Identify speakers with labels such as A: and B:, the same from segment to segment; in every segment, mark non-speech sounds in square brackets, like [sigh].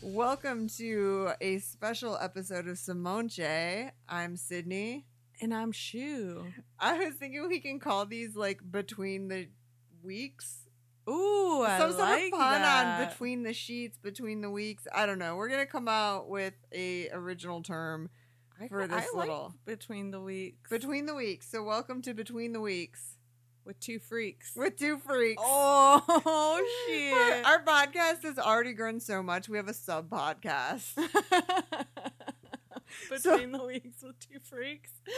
A: Welcome to a special episode of Simonche. I'm Sydney.
B: And I'm Shu.
A: I was thinking we can call these like between the weeks.
B: Ooh, Oh, I
A: Some sort
B: like
A: of pun
B: that.
A: on between the sheets, between the weeks. I don't know. We're gonna come out with a original term
B: I-
A: for
B: I
A: this
B: like
A: little
B: between the weeks
A: between the weeks. So welcome to between the weeks
B: with two freaks.
A: with two freaks.
B: [laughs] Oh
A: Our-
B: shit!
A: Our podcast has already grown so much. We have a sub podcast.
B: [laughs] between the weeks with two [laughs] freaks.
A: it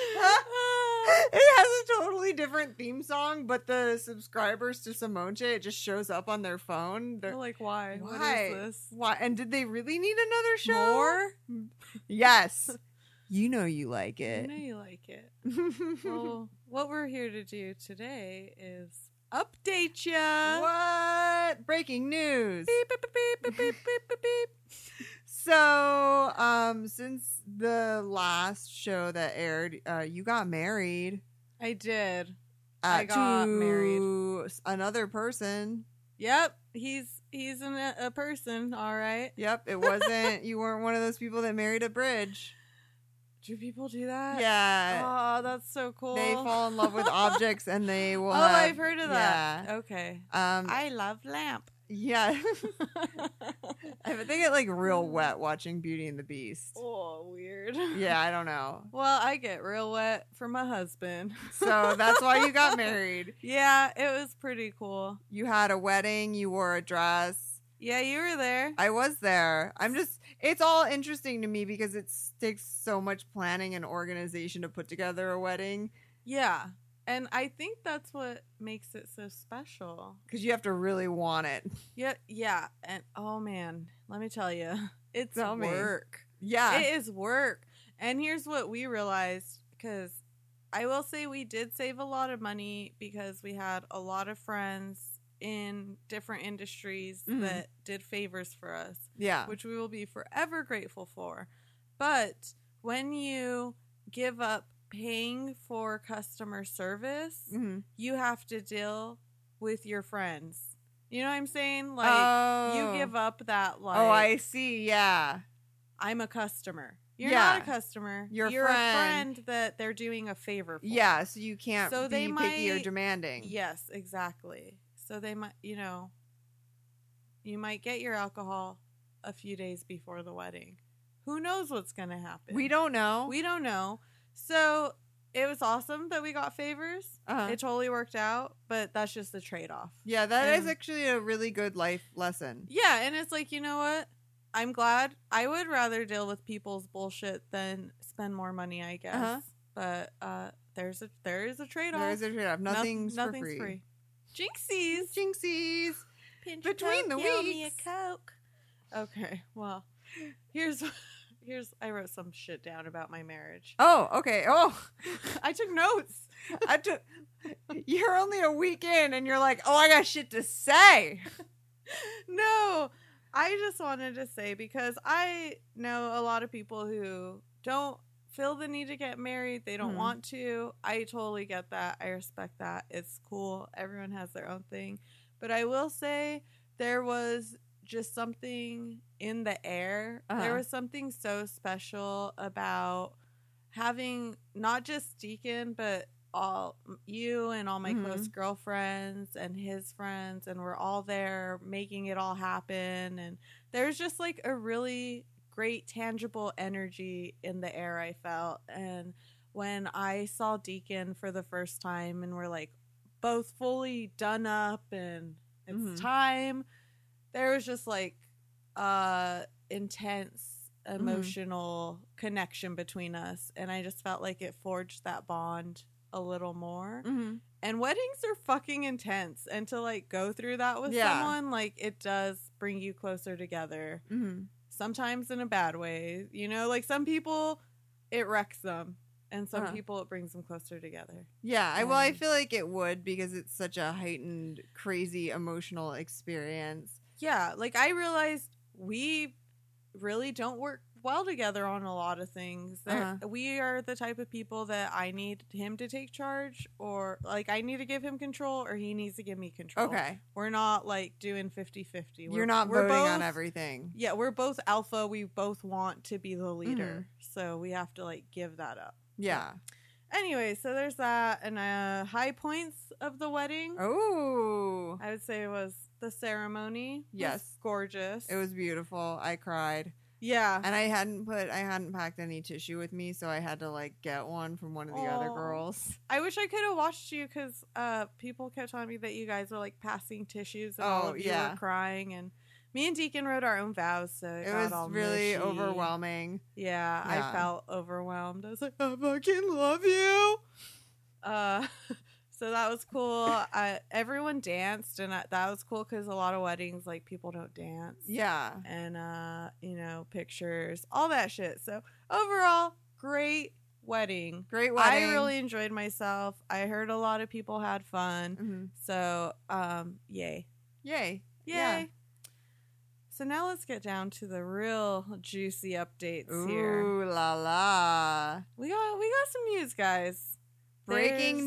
A: has a totally different theme song, but the subscribers to Simonche, it just shows up on their phone. They're
B: You're like, why? What
A: Why?
B: is this?
A: Why? And did they really need another show?
B: More?
A: [laughs] Yes. you know you like
B: I
A: it.
B: know you like it.
A: [laughs]
B: [laughs] Well, what we're here to do today is update ya.
A: what? Breaking news.
B: Beep, beep, beep, beep, beep, beep, beep, beep.
A: So, um, since the last show that aired, uh, you got married.
B: I did.
A: Uh,
B: I got
A: to
B: married.
A: Another person.
B: Yep, he's he's an, a person, all right.
A: Yep, it wasn't. you weren't one of those people that married a bridge.
B: Do people do that?
A: Yeah.
B: Oh, that's so cool.
A: They fall in love with objects and [laughs] they will.
B: Oh,
A: have-
B: I've heard of that. [laughs] Okay.
A: Yeah. Um,
B: I love [laughs] lamp.
A: yeah. [laughs] Mm. I would- they get like real wet watching Beauty and the Beast.
B: oh, weird.
A: Yeah, I don't know.
B: [laughs] Well, I get real wet for my husband. [laughs]
A: So that's why you got married.
B: yeah, it was pretty cool.
A: You had a wedding, you wore a dress.
B: Yeah, you were there.
A: I was there. I'm just, it's all interesting to me because it takes so much planning and organization to put together a wedding
B: yeah. And I think that's what makes it so special.
A: because you have to really want it.
B: Yeah, yeah. And oh man, let me tell you. [laughs] It's
A: Tell me.
B: work.
A: Yeah.
B: It is work. And here's what we realized because I will say we did save a lot of money because we had a lot of friends in different industries
A: Mhm.
B: that did favors for us,
A: yeah.
B: which we will be forever grateful for. But when you give up paying for customer service,
A: Mhm.
B: you have to deal with your friends. You know what I'm saying? Like
A: oh.
B: you give up that like
A: oh, I see. Yeah.
B: I'm a customer. You're
A: Yeah.
B: not a customer.
A: You're a
B: a
A: friend.
B: friend that they're doing a favor for.
A: Yeah, so you can't
B: So
A: be
B: they
A: picky or
B: might-
A: demanding.
B: Yes, exactly. So they might, you know, you might get your alcohol a few days before the wedding. Who knows what's going to happen?
A: We don't know.
B: We don't know. So it was awesome that we got favors.
A: Uh-huh.
B: It totally worked out, but that's just the trade off.
A: yeah, that is
B: and-
A: actually a really good life lesson.
B: Yeah, and it's like, you know what? I'm glad. I would rather deal with people's bullshit than spend more money, I guess.
A: Uh-huh.
B: But uh there's a there is a trade
A: There
B: off.
A: is a trade-off. Nothing's,
B: nothing's
A: for free.
B: Jinxies.
A: Jinxies.
B: Pinch
A: Between the
B: Coke, yell me a
A: weeks.
B: Coke. Okay, well, here's [laughs] here's I wrote some shit down about
A: [laughs]
B: my marriage.
A: Oh, okay. Oh, [laughs]
B: I took notes.
A: I took. You're only a week in, and you're like, oh, I got shit to say.
B: No, I just wanted to say because I know a lot of people who don't feel the need to get married. They don't
A: Mhm.
B: want to. I totally get that. I respect that. It's cool. Everyone has their own thing. But I will say there was just something in the air. There
A: Uh-huh.
B: was something so special about having not just Deacon, but all you and all my
A: Mhm.
B: close girlfriends and his friends, and we're all there making it all happen. And there's just like a really great, tangible energy in the air I felt. And when I saw Deacon for the first time, and we're like both fully done up, and it's
A: Mhm.
B: time, there was just like, uh, intense emotional connection between us and i just felt like it forged that bond a little more
A: Mm-hmm.
B: and weddings are fucking intense and to like go through that with
A: Yeah.
B: someone like it does bring you closer together
A: Mm-hmm.
B: sometimes in a bad way you know like some people it wrecks them and some
A: Uh-huh.
B: people it brings them closer together
A: Yeah, I, well, I
B: Um,
A: feel like it would because it's such a heightened, crazy, emotional experience.
B: yeah like i realized we really don't work well together on a lot of things. There-
A: Uh-huh.
B: We are the type of people that I need him to take charge, or like I need to give him control, or he needs to give me control.
A: Okay.
B: We're not like doing 50 50.
A: You're not voting on everything.
B: Yeah, we're both alpha. We both want to be the leader.
A: Mm-hmm.
B: So we have to like give that up.
A: Yeah.
B: Anyway, so there's that. And uh, high points of the wedding,
A: Oh,
B: I would say, was the ceremony. was
A: Yes.
B: gorgeous.
A: it was beautiful. I cried.
B: Yeah.
A: And I hadn't put, I hadn't packed any tissue with me, so I had to like get one from one of the other
B: Aw.
A: girls.
B: I wish I could have watched you because uh, people kept telling me that you guys were like passing tissues and all
A: Oh,
B: of you
A: yeah.
B: were crying. And me and Deacon wrote our own vows, so it,
A: It
B: got
A: was
B: all
A: really
B: mushy.
A: overwhelming.
B: Yeah,
A: Yeah.
B: I felt overwhelmed. I was like, I fucking love you. Uh, [laughs] so that was cool. I, everyone danced, and I, that was cool because a lot of weddings, like people don't dance.
A: Yeah.
B: and uh, you know, pictures, all that shit. So overall, great wedding.
A: Great wedding.
B: I really enjoyed myself. I heard a lot of people had fun.
A: Mhm.
B: So, um, yay.
A: Yay.
B: Yay.
A: Yeah.
B: So now let's get down to the real juicy updates here.
A: Ooh la la.
B: We got we got some news, guys.
A: Breaking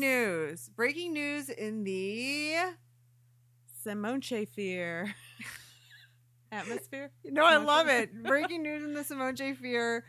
A: news.
B: There's
A: Breaking news in the.
B: Simone
A: [laughs]
B: Fear. Atmosphere?
A: No, I
B: Simone
A: love
B: Shea-
A: it. Breaking news in the Simone J. Fear.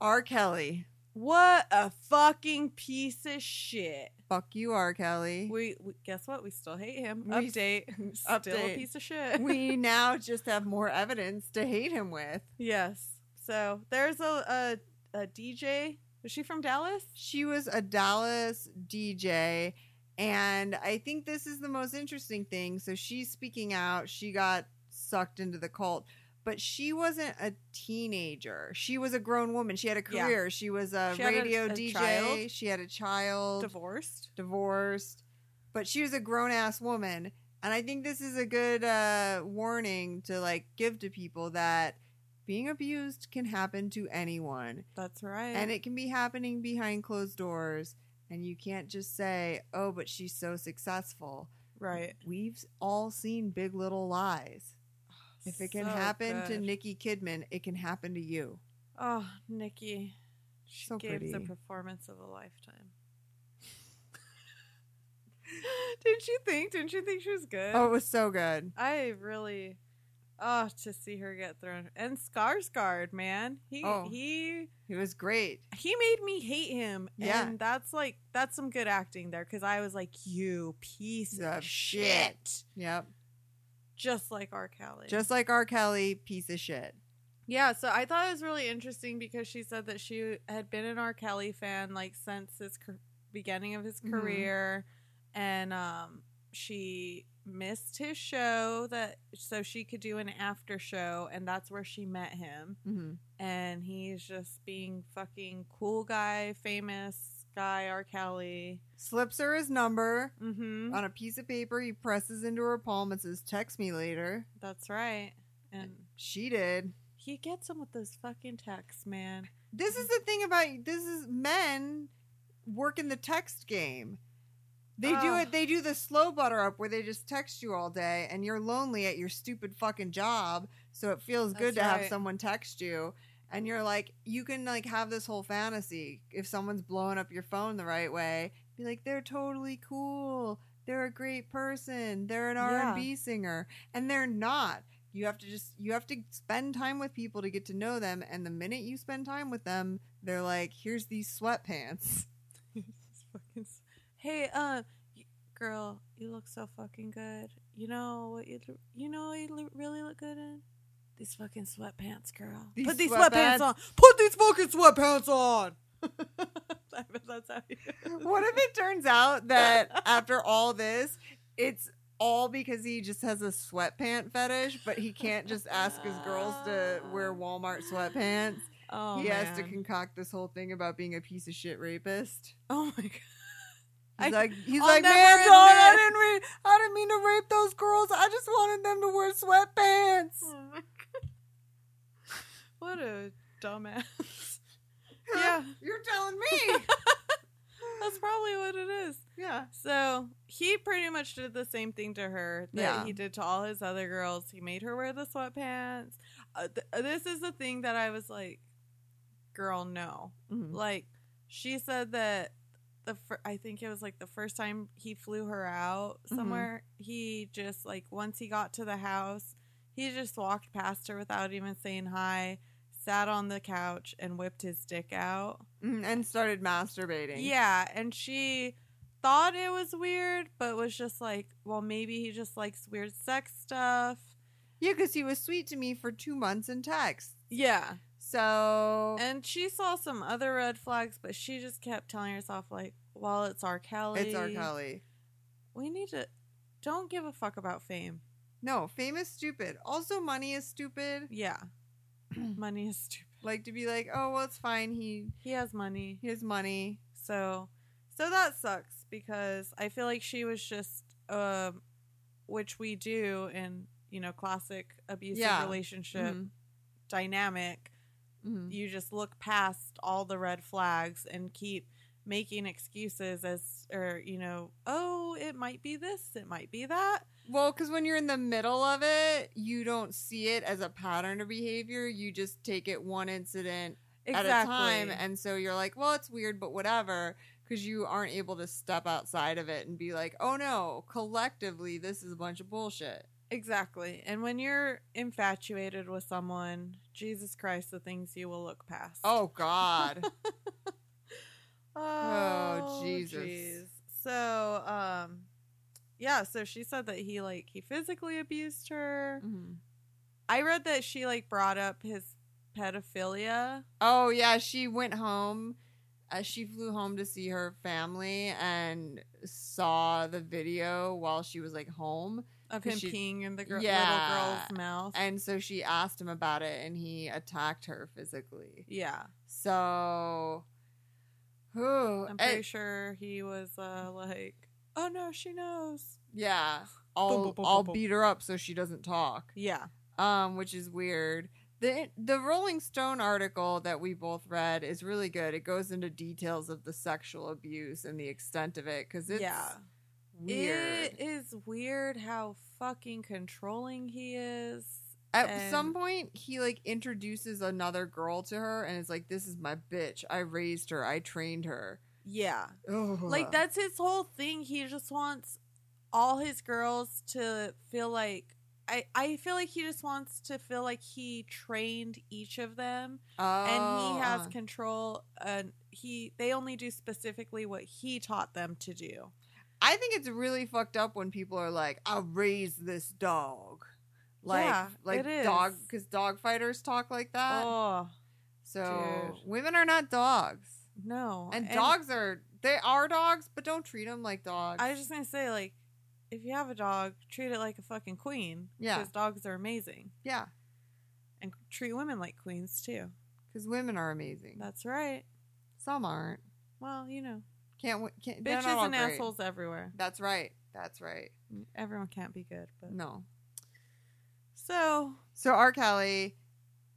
A: R. Kelly.
B: What a fucking piece of shit.
A: Fuck you, R. Kelly.
B: We, we guess what? We still hate him.
A: We-
B: update. Still a
A: update.
B: piece of shit.
A: we now just have more evidence to hate him with.
B: [laughs] yes. So there's a, a a DJ. Was she from Dallas?
A: She was a Dallas DJ. And I think this is the most interesting thing. So she's speaking out. She got sucked into the cult, but she wasn't a teenager. She was a grown woman. She had a
B: Yeah.
A: career. She was a
B: She had a-
A: radio
B: a
A: DJ.
B: child.
A: She had a child,
B: Divorced.
A: divorced, but she was a grown ass woman. And I think this is a good uh, warning to like give to people that being abused can happen to anyone
B: That's right.
A: and it can be happening behind closed doors and you can't just say oh but she's so successful
B: right.
A: we've all seen big little lies if it can
B: So
A: happen to
B: good.
A: nikki kidman it can happen to you
B: Oh, Nikki. She
A: So
B: gave the
A: pretty.
B: performance of a lifetime. [laughs] Didn't you think? Didn't you think she was good?
A: oh it was so good
B: I really oh to see her get thrown and Skarsgård, man. He
A: Oh.
B: he
A: it was great
B: he made me hate him.
A: Yeah.
B: And that's like that's some good acting there because I was like, you piece of
A: Of
B: shit.
A: shit. yep
B: Just like R. Kelly.
A: just like r kelly piece of shit
B: yeah, so I thought it was really interesting because she said that she had been an R. Kelly fan like since his car- beginning of his
A: Mhm.
B: career, and um, she missed his show that so she could do an after show, and that's where she met him.
A: hmm
B: and he's just being fucking cool guy, famous guy R. Kelly.
A: slips her his number
B: Mm-hmm.
A: on a piece of paper he presses into her palm and says text me later
B: That's right. And
A: she did
B: he gets him with those fucking texts, man.
A: This is the thing about this is men work in the text game. They do
B: Ugh.
A: it. They do the slow butter up where they just text you all day, and you're lonely at your stupid fucking job. So it feels good to
B: That's
A: have
B: right.
A: someone text you, and you're like, you can like have this whole fantasy if someone's blowing up your phone the right way. Be like, they're totally cool. They're a great person. They're an
B: Yeah.
A: R&B singer, and they're not you have to just you have to spend time with people to get to know them and the minute you spend time with them they're like here's these
B: [laughs]
A: sweatpants
B: It's fucking s- hey, um, y- girl, you look so fucking good. You know what you you know what you lo- really look good in these fucking sweatpants, girl.
A: These
B: Put these
A: sweatpants.
B: sweatpants on. Put these fucking sweatpants on. I bet that's how. You [laughs]
A: [laughs] what if it turns out that after all this it's all because he just has a sweatpant fetish but he can't just ask his girls to
B: [laughs]
A: wear walmart sweatpants
B: Oh,
A: he has to
B: man.
A: concoct this whole thing about being a piece of shit rapist
B: Oh my god.
A: He's
B: I-
A: like, he's
B: I'll
A: like,
B: never
A: man, Dawn, I
B: admit-
A: didn't, re- I didn't mean to rape those girls. I just wanted them to wear sweatpants.
B: [laughs] Oh my god. What a dumbass. Yeah.
A: [laughs]
B: [laughs]
A: You're telling me.
B: I That's probably what it is.
A: yeah.
B: So he pretty much did the same thing to her that
A: Yeah.
B: he did to all his other girls. He made her wear the sweatpants. Uh, th- this is the thing that I was like, girl, no.
A: Mhm.
B: Like, she said that the fir- I think it was like the first time he flew her out
A: Mhm.
B: somewhere. He just like once he got to the house, he just walked past her without even saying hi, sat on the couch and whipped his dick out.
A: Mhm, And started masturbating.
B: Yeah, and she thought it was weird, but was just like, well, maybe he just likes weird sex stuff.
A: Yeah, because he was sweet to me for two months in text.
B: Yeah.
A: So
B: And she saw some other red flags, but she just kept telling herself, like, well, it's R. Kelly.
A: it's R. Kelly.
B: We need to. Don't give a fuck about fame.
A: No, fame is stupid. Also, money is stupid. [clears throat]
B: Yeah. money is stupid.
A: Like to be like, oh well, it's fine. He
B: He has money.
A: he has money.
B: So, so that sucks because I feel like she was just, um, which we do in, you know, classic abusive
A: Yeah.
B: relationship.
A: Mhm,
B: dynamic.
A: mhm.
B: You just look past all the red flags and keep making excuses as, or, you know, oh, it might be this, it might be that.
A: Well, because when you're in the middle of it, you don't see it as a pattern of behavior. You just take it one incident at a time, and so you're like, well, it's weird, but whatever. Because you aren't able to step outside of it and be like, oh no, collectively, this is a bunch of bullshit.
B: exactly. And when you're infatuated with someone, Jesus Christ, the things you will look past.
A: Oh God. [laughs]
B: Oh,
A: Oh, Jesus.
B: jeez. So, um, yeah, so she said that he like he physically abused her.
A: Mhm.
B: I read that she like brought up his pedophilia.
A: Oh yeah, she went home. Uh, she flew home to see her family and saw the video while she was like home,
B: of
A: 'Cause
B: him
A: she-
B: peeing in the gr-
A: Yeah.
B: little girl's mouth.
A: and so she asked him about it, and he attacked her physically.
B: yeah,
A: So, whew,
B: I'm
A: it-
B: pretty sure he was uh, like, "Oh no, she knows."
A: yeah,
B: Boom,
A: I'll
B: boom, boom,
A: I'll
B: boom, boom.
A: beat her up so she doesn't talk,
B: Yeah,
A: um, which is weird. The, the Rolling Stone article that we both read is really good. It goes into details of the sexual abuse and the extent of it because it's
B: yeah.
A: weird.
B: It is weird how fucking controlling he is.
A: At
B: And-
A: some point, he like introduces another girl to her and is like, "This is my bitch. I raised her. I trained her."
B: Yeah,
A: Ugh.
B: like that's his whole thing. He just wants all his girls to feel like. I, I feel like he just wants to feel like he trained each of them
A: Oh,
B: and he has
A: uh.
B: control and he they only do specifically what he taught them to do
A: I think it's really fucked up when people are like, "I raised this dog," like
B: Yeah,
A: like
B: it is.
A: dog because dog fighters talk like that.
B: oh
A: so
B: dude.
A: women are not dogs,
B: no
A: and, dogs are they are dogs, but don't treat them like dogs.
B: i was just gonna say like if you have a dog treat it like a fucking queen
A: Yeah.
B: because dogs are amazing
A: yeah,
B: and treat women like queens too
A: because women are amazing.
B: that's right
A: Some aren't.
B: well you know
A: Can't wi- can't they're
B: bitches
A: not all
B: and
A: great.
B: assholes everywhere
A: That's right. That's right.
B: everyone can't be good but
A: Mm. No.
B: so
A: So R. Kelly,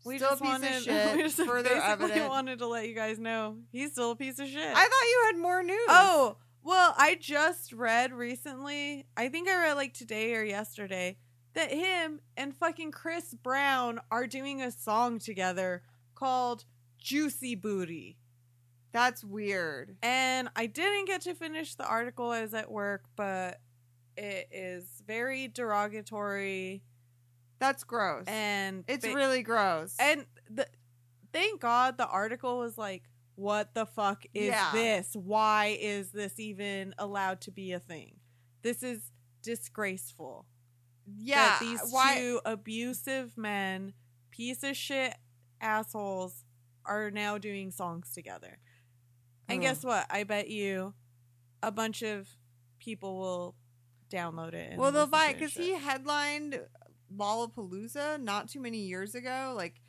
B: we
A: still a
B: just
A: piece
B: wanted [laughs]
A: of shit.
B: we just
A: further
B: basically [laughs]
A: evidence.
B: wanted to let you guys know he's still a piece of shit
A: I thought you had more news.
B: Oh, well, I just read recently, I think I read like today or yesterday, that him and fucking Chris Brown are doing a song together called Juicy Booty.
A: that's weird.
B: And I didn't get to finish the article, I was at work, but it is very derogatory
A: That's gross.
B: and
A: it's
B: ba-
A: really gross.
B: and the, thank God the article was like, what the fuck is
A: Yeah.
B: this? Why is this even allowed to be a thing? This is disgraceful.
A: yeah,
B: That these
A: why?
B: two abusive men, piece of shit assholes, are now doing songs together. And
A: Ugh.
B: guess what? I bet you a bunch of people will download it. and
A: well, they'll
B: listen
A: buy
B: to
A: it because
B: shit.
A: he headlined Lollapalooza not too many years ago. Like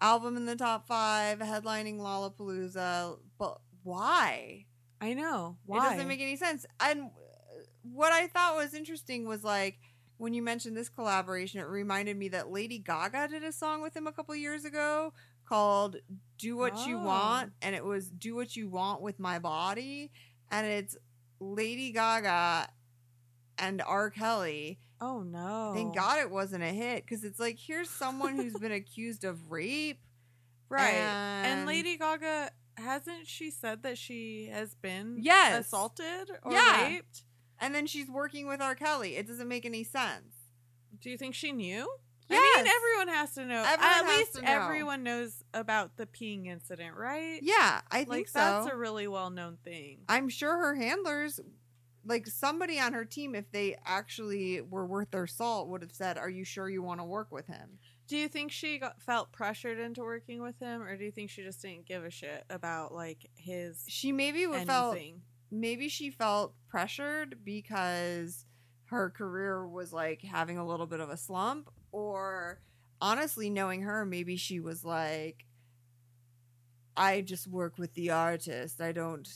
A: album in the top five, headlining Lollapalooza. But why?
B: I know.
A: It
B: Why?
A: doesn't make any sense. And uh, what I thought was interesting was like when you mentioned this collaboration, it reminded me that Lady Gaga did a song with him a couple years ago called Do What You
B: Oh.
A: Want. And it was Do What You Want with My Body. and it's Lady Gaga and R. Kelly.
B: Oh no!
A: Thank God it wasn't a hit because it's like here's someone who's
B: [laughs]
A: been accused of rape,
B: Right.
A: Um,
B: And Lady Gaga hasn't she said that she has been
A: Yes.
B: assaulted or
A: Yeah.
B: raped?
A: and then she's working with R. Kelly. It doesn't make any sense.
B: Do you think she knew? I mean,
A: Yes.
B: everyone has to know.
A: Everyone
B: At
A: has
B: least
A: to know.
B: everyone knows about the peeing incident, [laughs] right?
A: Yeah, I think
B: like
A: so.
B: that's a really well-known thing.
A: I'm sure her handlers, like somebody on her team, if they actually were worth their salt, would have said, "Are you sure you want to work with him?"
B: Do you think she got, felt pressured into working with him, or do you think she just didn't give a shit about like his
A: She maybe would felt
B: anything?
A: maybe she felt pressured because her career was like having a little bit of a slump, or honestly, knowing her, maybe she was like, "I just work with the artist. I don't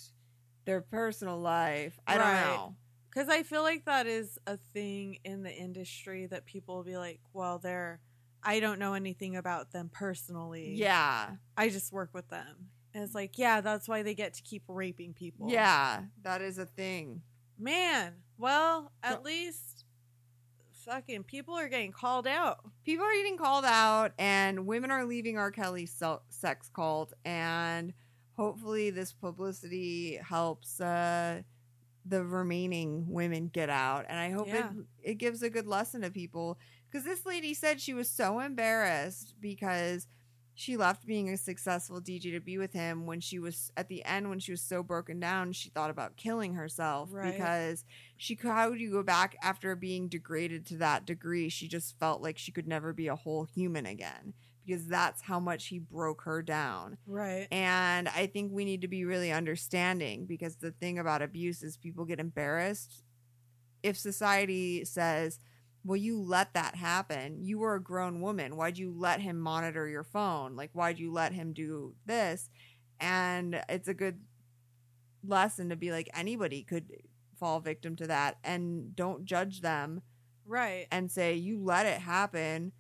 A: their personal life. I don't
B: Right.
A: know."
B: Because I feel like that is a thing in the industry that people will be like, "Well, they're I don't know anything about them personally.
A: Yeah,
B: I just work with them." And it's like, yeah, that's why they get to keep raping people.
A: yeah, that is a thing.
B: Man, well, at
A: So-
B: least fucking people are getting called out.
A: people are getting called out and women are leaving R. Kelly's se- sex cult and hopefully this publicity helps uh, the remaining women get out and I hope
B: Yeah.
A: it, it gives a good lesson to people because this lady said she was so embarrassed because she left being a successful DJ to be with him when she was at the end when she was so broken down she thought about killing herself
B: Right.
A: because she could how would you go back after being degraded to that degree she just felt like she could never be a whole human again because that's how much he broke her down
B: Right.
A: and i think we need to be really understanding because the thing about abuse is people get embarrassed if society says well you let that happen you were a grown woman why'd you let him monitor your phone like why'd you let him do this and it's a good lesson to be like anybody could fall victim to that and don't judge them
B: Right.
A: and say you let it happen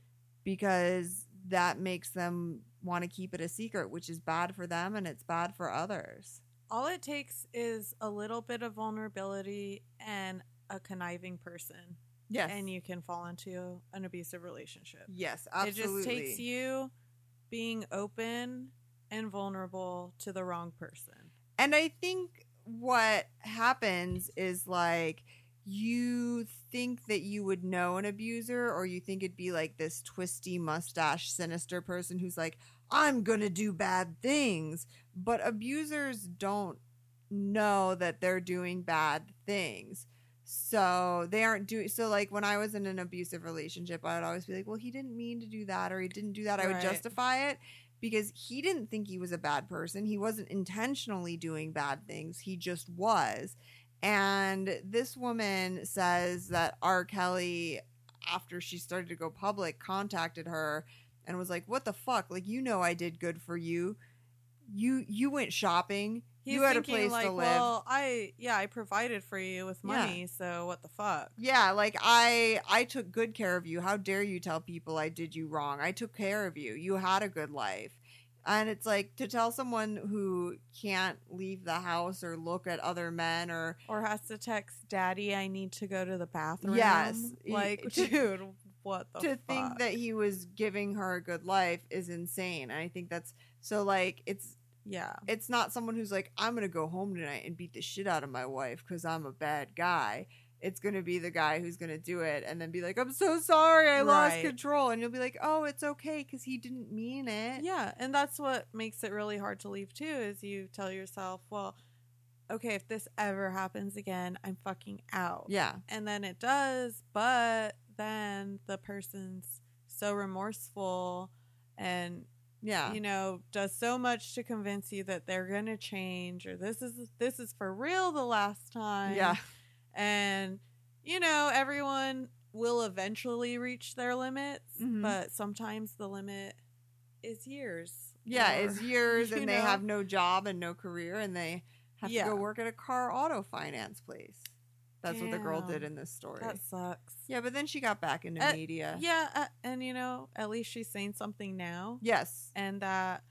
A: because that makes them want to keep it a secret which is bad for them and it's bad for others
B: All it takes is a little bit of vulnerability and a conniving person,
A: yes
B: and you can fall into an abusive relationship.
A: yes absolutely
B: It just takes you being open and vulnerable to the wrong person.
A: And I think what happens is like you think that you would know an abuser, or you think it'd be like this twisty mustache, sinister person who's like, I'm gonna do bad things. But abusers don't know that they're doing bad things. So they aren't doing so. Like when I was in an abusive relationship, I'd always be like, Well, he didn't mean to do that, or he didn't do that. I would
B: Right.
A: justify it because he didn't think he was a bad person. He wasn't intentionally doing bad things, he just was. And this woman says that R. Kelly, after she started to go public, contacted her and was like, What the fuck? Like, you know, I did good for you. You you went shopping.
B: He's
A: you had a
B: thinking
A: place
B: like,
A: to live.
B: well, I yeah, I provided for you with
A: Yeah.
B: money, so what the fuck?
A: yeah, like I I took good care of you. How dare you tell people I did you wrong? I took care of you. You had a good life. And it's like to tell someone who can't leave the house or look at other men or
B: Or has to text daddy, I need to go to the bathroom.
A: Yes. [laughs]
B: Like,
A: To-
B: dude, what the
A: to
B: Oh, fuck?
A: think that he was giving her a good life is insane. And I think that's so like it's
B: yeah.
A: it's not someone who's like I'm going to go home tonight and beat the shit out of my wife cuz I'm a bad guy. It's going to be the guy who's going to do it and then be like I'm so sorry. I lost
B: Right.
A: control and you'll be like, "Oh, it's okay cuz he didn't mean it."
B: Yeah, and that's what makes it really hard to leave too is you tell yourself, well, okay, if this ever happens again, I'm fucking out.
A: Yeah.
B: And then it does, but then the person's so remorseful and
A: Yeah.
B: you know does so much to convince you that they're going to change or this is this is for real the last time.
A: yeah.
B: And you know, everyone will eventually reach their limits,
A: Mhm.
B: but sometimes the limit is years.
A: Yeah,
B: or- [laughs]
A: it's years
B: you
A: and they
B: know?
A: have no job and no career and they have
B: Yeah.
A: to go work at a car auto finance place. That's what the girl
B: Damn.
A: did in this story.
B: That sucks.
A: Yeah, but then she got back into
B: Uh,
A: media.
B: Yeah, uh, and you know, at least she's saying something now,
A: Yes.
B: and that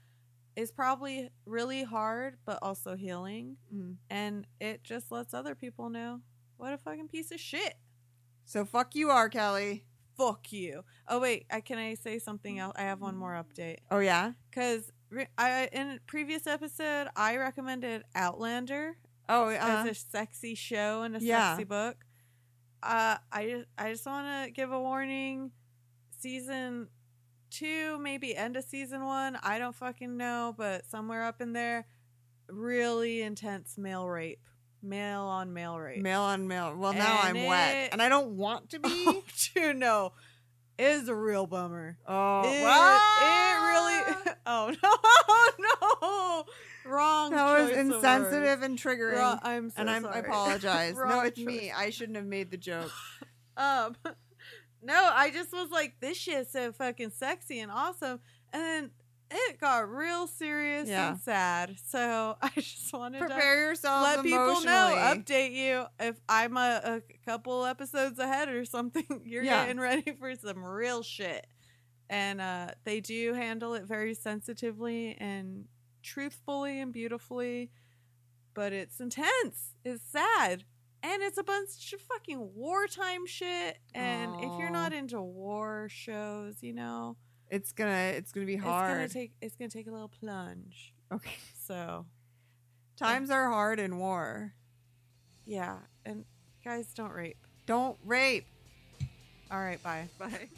B: is probably really hard, but also healing.
A: Mm.
B: And it just lets other people know what a fucking piece of shit.
A: So fuck you are, Kelly.
B: Fuck you. Oh, wait. I, can I say something else? I have one more update.
A: Oh yeah.
B: Because I, in a previous episode, I recommended Outlander
A: Oh, uh,
B: as a sexy show and a
A: Yeah.
B: sexy book. Uh, I just I just want to give a warning. Season two, maybe end of season one. I don't fucking know, but somewhere up in there, really intense male rape, male on male rape. [laughs]
A: mail on mail. Well, now
B: And
A: I'm wet,
B: it-
A: and I don't want
B: [laughs]
A: to be.
B: Oh, dude, no, it is a real bummer.
A: Oh,
B: it,
A: wow.
B: it really. [laughs] Oh [laughs] no, oh, no, wrong.
A: That was
B: choice of words.
A: insensitive and triggering.
B: Wrong- I'm so
A: and I'm, I
B: sorry.
A: apologize. no,
B: [laughs] Wrong
A: it's
B: choice.
A: me. I shouldn't have made the joke.
B: Um, [laughs] no, I just was like, this shit's so fucking sexy and awesome. And then it got real serious
A: Yeah.
B: and sad. So [laughs] I just wanted to
A: Prepare yourself.
B: let people
A: Um, emotionally.
B: know, update you if I'm a, a couple episodes ahead or something. [laughs] You're
A: Yeah.
B: getting ready for some real shit. And uh, they do handle it very sensitively and truthfully and beautifully, but it's intense. It's sad and it's a bunch of fucking wartime shit. And if
A: Aw.
B: you're not into war shows, you know,
A: It's gonna. It's gonna be hard.
B: it's gonna take it's gonna take a little plunge.
A: okay.
B: So [laughs]
A: Times are hard in war.
B: yeah, and guys, don't rape.
A: Don't rape.
B: All right, bye. Bye.